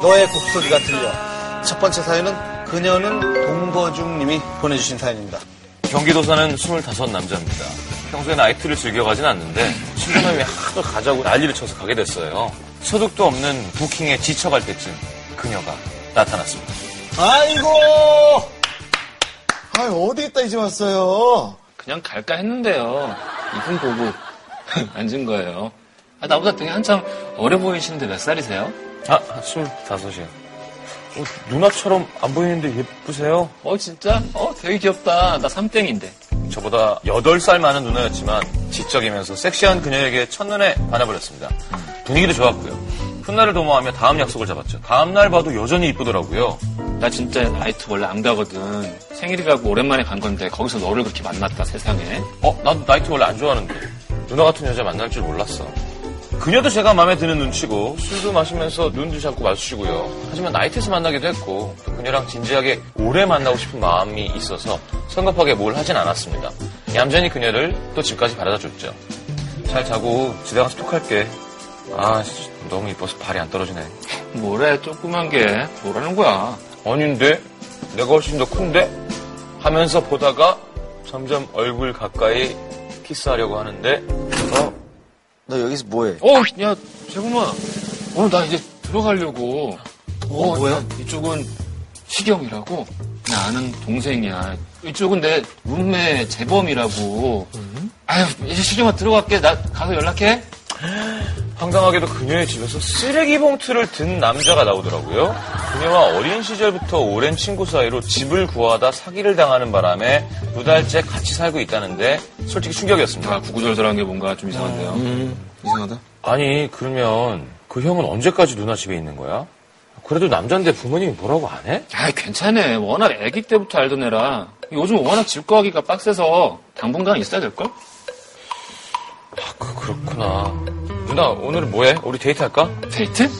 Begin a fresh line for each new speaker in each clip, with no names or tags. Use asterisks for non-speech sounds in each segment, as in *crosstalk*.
너의 곡소리가 들려. 첫 번째 사연은 그녀는 동거중님이 보내주신 사연입니다.
경기도 사는 25 남자입니다. 평소에 나이트를 즐겨가진 않는데 친구놈이 하도 가자고 난리를 쳐서 가게 됐어요. 소득도 없는 부킹에 지쳐갈 때쯤 그녀가 나타났습니다.
아이고! 아 어디 있다 이제 왔어요?
그냥 갈까 했는데요. 이분 보고 *laughs* 앉은 거예요. 아, 나보다 되게 한참 어려 보이시는데 몇 살이세요?
아, 25이요. 어, 누나처럼 안 보이는데 예쁘세요?
어, 진짜? 어, 되게 귀엽다. 나 삼땡인데.
저보다 8살 많은 누나였지만 지적이면서 섹시한 그녀에게 첫눈에 반해버렸습니다. 분위기도 좋았고요. 훗날을 도모하며 다음 약속을 잡았죠. 다음날 봐도 여전히 이쁘더라고요.
나 진짜 나이트 원래 안 가거든. 생일이라고 오랜만에 간 건데 거기서 너를 그렇게 만났다, 세상에.
어, 나도 나이트 원래 안 좋아하는데. 누나 같은 여자 만날 줄 몰랐어. 그녀도 제가 마음에 드는 눈치고, 술도 마시면서 눈도 자꾸 마주치고요. 하지만 나이트에서 만나기도 했고, 또 그녀랑 진지하게 오래 만나고 싶은 마음이 있어서 성급하게 뭘 하진 않았습니다. 얌전히 그녀를 또 집까지 바라다 줬죠. 잘 자고 집에 가서 톡할게. 아, 씨, 너무 이뻐서 발이 안 떨어지네.
뭐래, 조그만 게. 뭐라는 거야.
아닌데? 내가 훨씬 더 큰데? 하면서 보다가 점점 얼굴 가까이 키스하려고 하는데,
너 여기서 뭐해?
어, 야, 재범아. 오늘 나 이제 들어가려고. 어, 뭐야? 이쪽은 시경이라고. 나 아는 동생이야. 이쪽은 내 룸메 재범이라고. 아유, 이제 시경아 들어갈게. 나 가서 연락해.
황당하게도 그녀의 집에서 쓰레기 봉투를 든 남자가 나오더라고요. 그녀와 어린 시절부터 오랜 친구 사이로 집을 구하다 사기를 당하는 바람에 두 달째 같이 살고 있다는데 솔직히 충격이었습니다.
아, 구구절절한 게 뭔가 좀 이상한데요.
이상하다.
아니 그러면 그 형은 언제까지 누나 집에 있는 거야? 그래도 남잔데 부모님이 뭐라고 안 해?
아, 괜찮아. 워낙 아기 때부터 알던 애라. 요즘 워낙 집 구하기가 빡세서 당분간 있어야 될걸?
아, 그, 그렇구나. 누나 오늘은 뭐해? 우리 데이트할까?
데이트?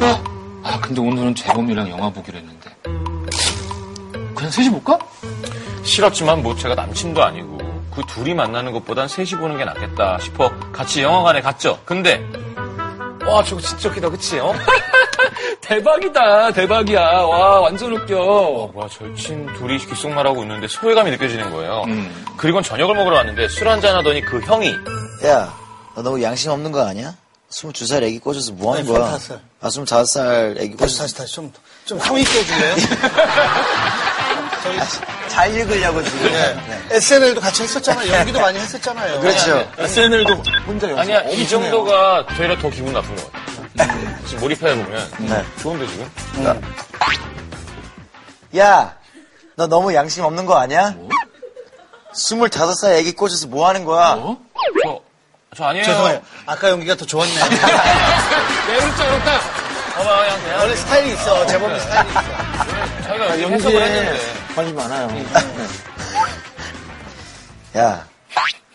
아, 아, 근데 오늘은 재범이랑 영화 보기로 했는데. 그냥 셋이 볼까?
싫었지만 뭐 제가 남친도 아니고 그 둘이 만나는 것보단 셋이 보는 게 낫겠다 싶어 같이 영화관에 갔죠. 근데 와 저거 진짜 웃기다 그치? 어? *laughs*
대박이다, 대박이야. 와, 완전 웃겨.
와 절친 둘이 귓속말하고 있는데 소외감이 느껴지는 거예요.
음.
그리고 저녁을 먹으러 왔는데 술 한잔 하더니 그 형이
야, 너 너무 양심 없는 거 아니야? 22살 애기 꽂아서 뭐 하는
아니,
거야?
25살.
아, 25살 애기
다시 다시
꽂아서.
다시 좀, 좀 성의 있게 *laughs* 해줄래요?
잘 읽으려고 지금. 네.
SNL도 같이 했었잖아요. 연기도 많이 했었잖아요.
그렇죠.
SNL도 혼자 연기.
아니야 이 정도가 음. 되려 더 기분 나쁜 것 같아. 지금 몰입해 보면
네.
좋은데 지금?
네. 야, 너 너무 양심 없는 거 아니야? 25살 애기 꽂아서 뭐 하는 거야? 네.
어?
저, 저 아니에요. 네,
죄송해요. 아까 연기가 더 좋았네.
매력적 없다.
그렇죠, 봐봐 그냥 그냥
원래 *laughs* 스타일이 있어. 제법이 스타일이 있어.
자기가 연습을 했는데
관심 많아요. 네. 야,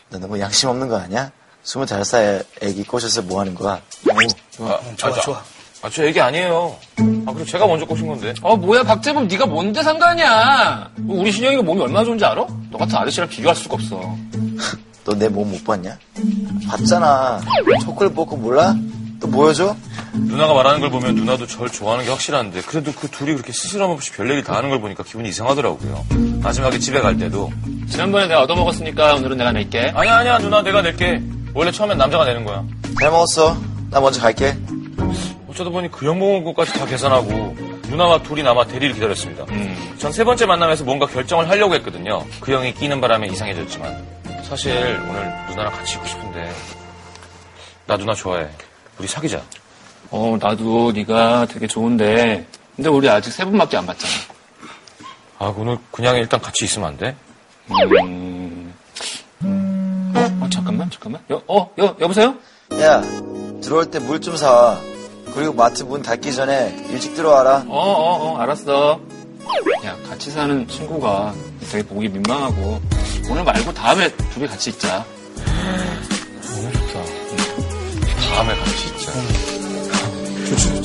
너 너무 양심 없는 거 아니야? 25살 애기 꽂아서 뭐 하는 거야?
아, 좋아 좋아. 아 저 얘기 아니에요. 아 그리고 제가 먼저 꼬신 건데.
어, 뭐야, 박재범, 네가 뭔데 상관이야. 뭐 우리 신영이가 몸이 얼마나 좋은지 알아? 너 같은 아저씨랑 비교할 수가 없어.
너 내 몸 못 봤냐? 봤잖아. 초콜릿 먹고 몰라? 또 보여줘?
누나가 말하는 걸 보면 누나도 절 좋아하는 게 확실한데 그래도 그 둘이 그렇게 스스럼 없이 별 얘기를 다 하는 걸 보니까 기분이 이상하더라고요. 마지막에 집에 갈 때도
지난번에 내가 얻어먹었으니까 오늘은 내가 낼게.
아니야 아니야 누나 내가 낼게. 원래 처음엔 남자가 내는 거야.
잘 먹었어. 나 먼저 갈게.
어쩌다 보니 그 형먹은 것까지 다 계산하고 누나와 둘이 남아 대리를 기다렸습니다. 전 세 번째 만남에서 뭔가 결정을 하려고 했거든요. 그 형이 끼는 바람에 이상해졌지만 사실 오늘 누나랑 같이 있고 싶은데 나 누나 좋아해. 우리 사귀자.
어, 나도 네가 되게 좋은데. 근데 우리 아직 세 분밖에 안 봤잖아.
아 오늘 그냥 일단 같이 있으면 안 돼?
음. 어, 어, 잠깐만, 잠깐만. 여, 어, 여, 여보세요?
야, 들어올 때 물 좀 사와. 그리고 마트 문 닫기 전에 일찍 들어와라.
어, 어, 어, 알았어. 야, 같이 사는 친구가 되게 보기 민망하고, 오늘 말고 다음에 둘이 같이 있자.
너무 좋다. 다음에 같이 있자.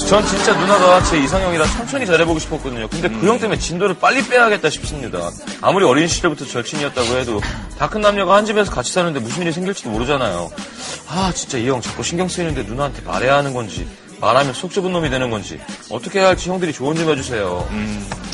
전 진짜 누나가 제 이상형이라 천천히 잘해보고 싶었거든요. 근데 그 형 때문에 진도를 빨리 빼야겠다 싶습니다. 아무리 어린 시절부터 절친이었다고 해도 다 큰 남녀가 한 집에서 같이 사는데 무슨 일이 생길지도 모르잖아요. 아 진짜 이 형 자꾸 신경 쓰이는데 누나한테 말해야 하는 건지 말하면 속 좁은 놈이 되는 건지 어떻게 해야 할지 형들이 조언 좀 해주세요.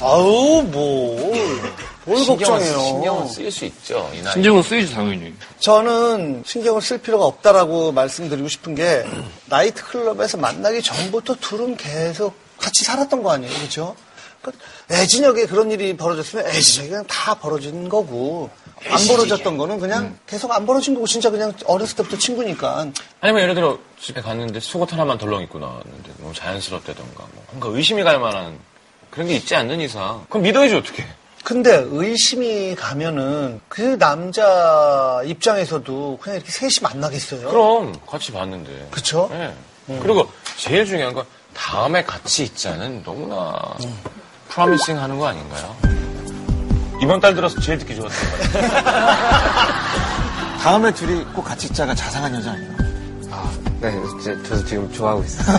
아우 뭘. 뭘
음, 신경은
걱정해요.
쓰일 수 있죠. 이 나이.
신경은 쓰이지 당연히.
저는 신경을 쓸 필요가 없다라고 말씀드리고 싶은 게 나이트클럽에서 만나기 전부터 둘은 계속 같이 살았던 거 아니에요. 그렇죠? 그러니까 애진혁에 그런 일이 벌어졌으면 애진혁이 그냥 다 벌어진 거고 안 벌어졌던 거는 그냥 계속 안 벌어진 거고 진짜 그냥 어렸을 때부터 친구니까
아니면 뭐 예를 들어 집에 갔는데 속옷 하나만 덜렁 입고 나왔는데 너무 자연스럽다던가 뭐 뭔가 의심이 갈 만한 그런 게 있지 않는 이상 그럼 믿어야지 어떻게
근데 의심이 가면은 그 남자 입장에서도 그냥 이렇게 셋이 만나겠어요.
그럼 같이 봤는데
그쵸? 음.
예. 그리고 제일 중요한 건 다음에 같이 있자는 너무나 프로미싱 하는 거 아닌가요? 이번 달 들어서 제일 듣기 좋았던 것 같아요
다음에 둘이 꼭 같이 있자가 자상한 여자 아니에요?
네, 저, 저도 지금 좋아하고 있어요.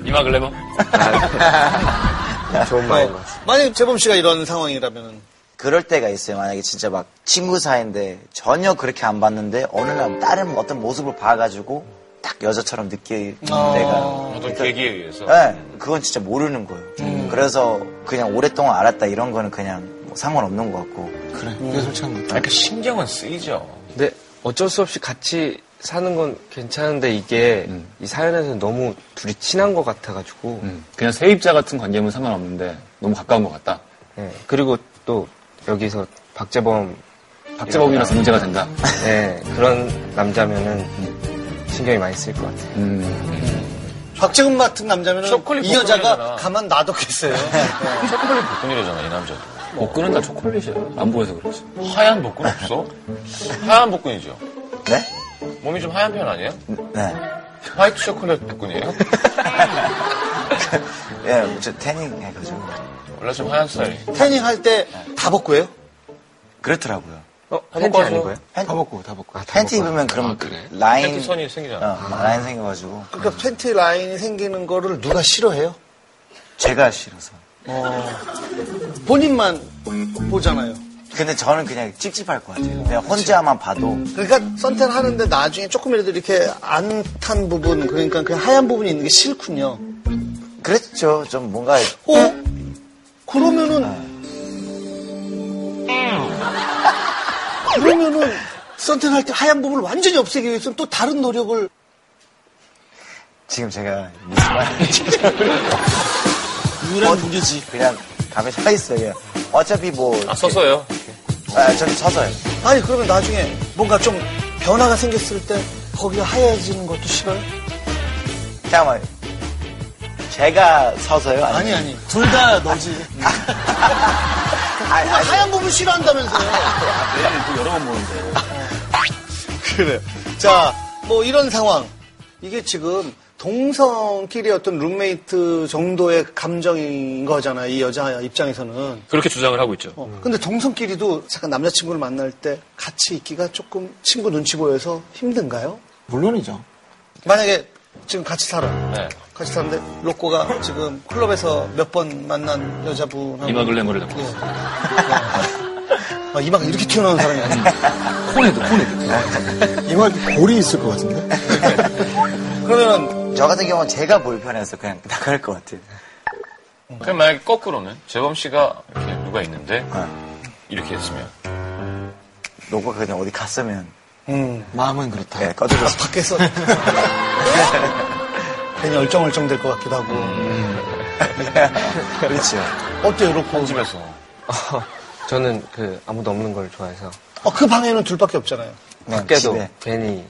*laughs* 이마 글래버?
아, 좋은 마음 같습니다.
어, 만약 재범 씨가 이런 상황이라면은
그럴 때가 있어요. 만약에 진짜 막 친구 사이인데 전혀 그렇게 안 봤는데 어느 날 다른 어떤 모습을 봐가지고 딱 여자처럼 느낄 때가.
어떤
그러니까
계기에 의해서
아,
네, 그건 진짜 모르는 거예요. 그래서 그냥 오랫동안 알았다 이런 거는 그냥 뭐 상관없는 것 같고.
그래, 이게 솔직한 거.
그러니까 신경은 쓰이죠
근데 어쩔 수 없이 같이 사는 건 괜찮은데 이게 이 사연에서는 너무 둘이 친한 것 같아가지고.
음, 그냥 세입자 같은 관계면 상관없는데 너무 가까운 것 같다.
네. 그리고 또 여기서 박재범,
박재범이라서 문제가 된다.
네, 그런 남자면은 신경이 많이 쓰일 것 같아요.
박재훈 같은 남자면은
초콜릿
이 여자가
복근이잖아.
가만 놔뒀겠어요.
초콜릿 복근이라잖아 이 남자도
복근은 다 초콜릿이야. 안 보여서 그렇지.
하얀 복근 없어? 하얀 복근이죠
네?
몸이 좀 하얀 편 아니에요?
네.
화이트 초콜릿 복근이에요?
예, 저 태닝 해가지고.
원래 좀 하얀 스타일
태닝 할 때 다 벗고 해요?
그렇더라고요.
어,
해볼까요?
팬티 아닌 거예요?
팬-
다 벗고, 다 벗고. 아, 다
팬티
벗고.
입으면 그럼
아, 그래?
라인.
팬티 선이 생기잖아
어, 라인 생겨가지고.
그러니까 팬티 라인이 생기는 거를 누가 싫어해요?
제가 싫어서.
본인만 보잖아요.
근데 저는 그냥 찝찝할 것 같아요. 그냥 혼자만 봐도.
그러니까 선택 하는데 나중에 조금이라도 이렇게 안 탄 부분, 그러니까 그 하얀 부분이 있는 게 싫군요.
그랬죠. 좀 뭔가
어? 그러면은 그러면은 선택할 때 하얀 부분을 완전히 없애기 위해서는 또 다른 노력을
지금 제가 무슨 말인지
유일한 문제지.
뭐 그냥 감에 서 있어요. 그냥. 어차피 뭐
아 서서요
아, 저는 서서요.
아니 그러면 나중에 뭔가 좀 변화가 생겼을 때 거기가 하얘지는 것도 싫어요?
잠깐만. 제가 서서요?
아니
아니면-
아니 둘 다 너지.
아니, 아, 네, 아니.
하얀 부분 싫어한다면서요.
여러 번 보는데.
그래. 자, 뭐 이런 상황. 이게 지금 동성끼리 어떤 룸메이트 정도의 감정인 거잖아, 이 여자 입장에서는.
그렇게 주장을 하고 있죠
어,
음.
근데 동성끼리도 잠깐 남자친구를 만날 때 같이 있기가 조금 친구 눈치 보여서 힘든가요?
물론이죠.
만약에 지금 같이 살아.
네.
같이 사는데 로꼬가 지금 클럽에서 몇 번 만난 여자분하고
이마 글래머를
예.
잡고.
아, 이마가 이렇게 튀어나오는 사람이 아니야.
코네도, 코네도.
이마 골이 있을 것 같은데?
그러면
저 같은 경우는 제가 볼 편해서 그냥 나갈 것 같아요.
그럼 만약에 거꾸로는 재범 씨가 이렇게 누가 있는데
네.
이렇게 했으면
로고 그냥 어디 갔으면
마음은 그렇다.
예, 꺼져서
밖에서
*laughs*
괜히 얼쩡얼쩡 될 것 같기도 하고.
*laughs* 그렇죠.
어때요, 로꼬?
집에서
음.
*laughs* 저는 그 아무도 없는 걸 좋아해서
어, 그 방에는 둘밖에 없잖아요.
그냥
밖에도
집에.
괜히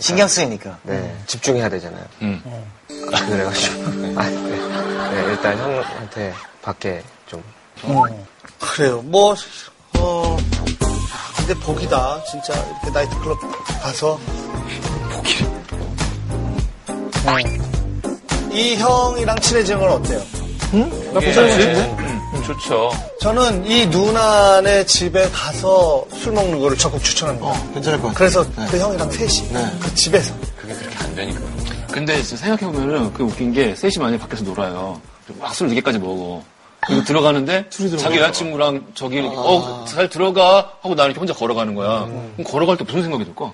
신경 쓰이니까.
네,
음.
집중해야 되잖아요. 아, 그래가지고. 아, 네. 네, 일단 형한테 밖에 좀.
그래요. 뭐, 어, 근데 복이다. 진짜 이렇게 나이트클럽 가서. 복이. 어. 이 형이랑 친해지는 건 어때요?
예. 좋죠
저는 이 누나네 집에 가서 술 먹는 거를 적극 추천합니다.
어.
괜찮을 것 같아요.
그래서
네.
그 형이랑 셋이 그 집에서
그게 그렇게 안 되니까
근데 진짜 생각해보면은 그 웃긴 게 셋이 만약에 밖에서 놀아요. 막 술 4개까지 먹어. 그리고 들어가는데 자기 여자친구랑 저기 어, 잘 들어가 하고 나 이렇게 혼자 걸어가는 거야. 그럼 걸어갈 때 무슨 생각이 들까?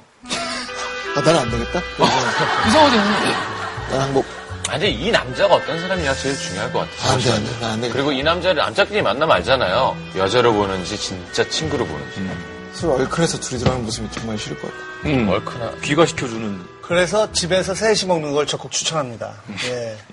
아, 나는 안 되겠다?
이상하지
나는 뭐,
근데 이 남자가 어떤 사람이냐 제일 중요할 것 같아요.
안 돼, 안 돼, 나안 돼.
그리고 이 남자를 남자끼리 만나면 알잖아요. 여자로 보는지 진짜 친구로 보는지.
술 얼큰해서 둘이 들어가는 모습이 정말 싫을 것 같아.
얼큰한.
귀가 시켜주는
음.
그래서 집에서 셋이 먹는 걸 적극 추천합니다. 예.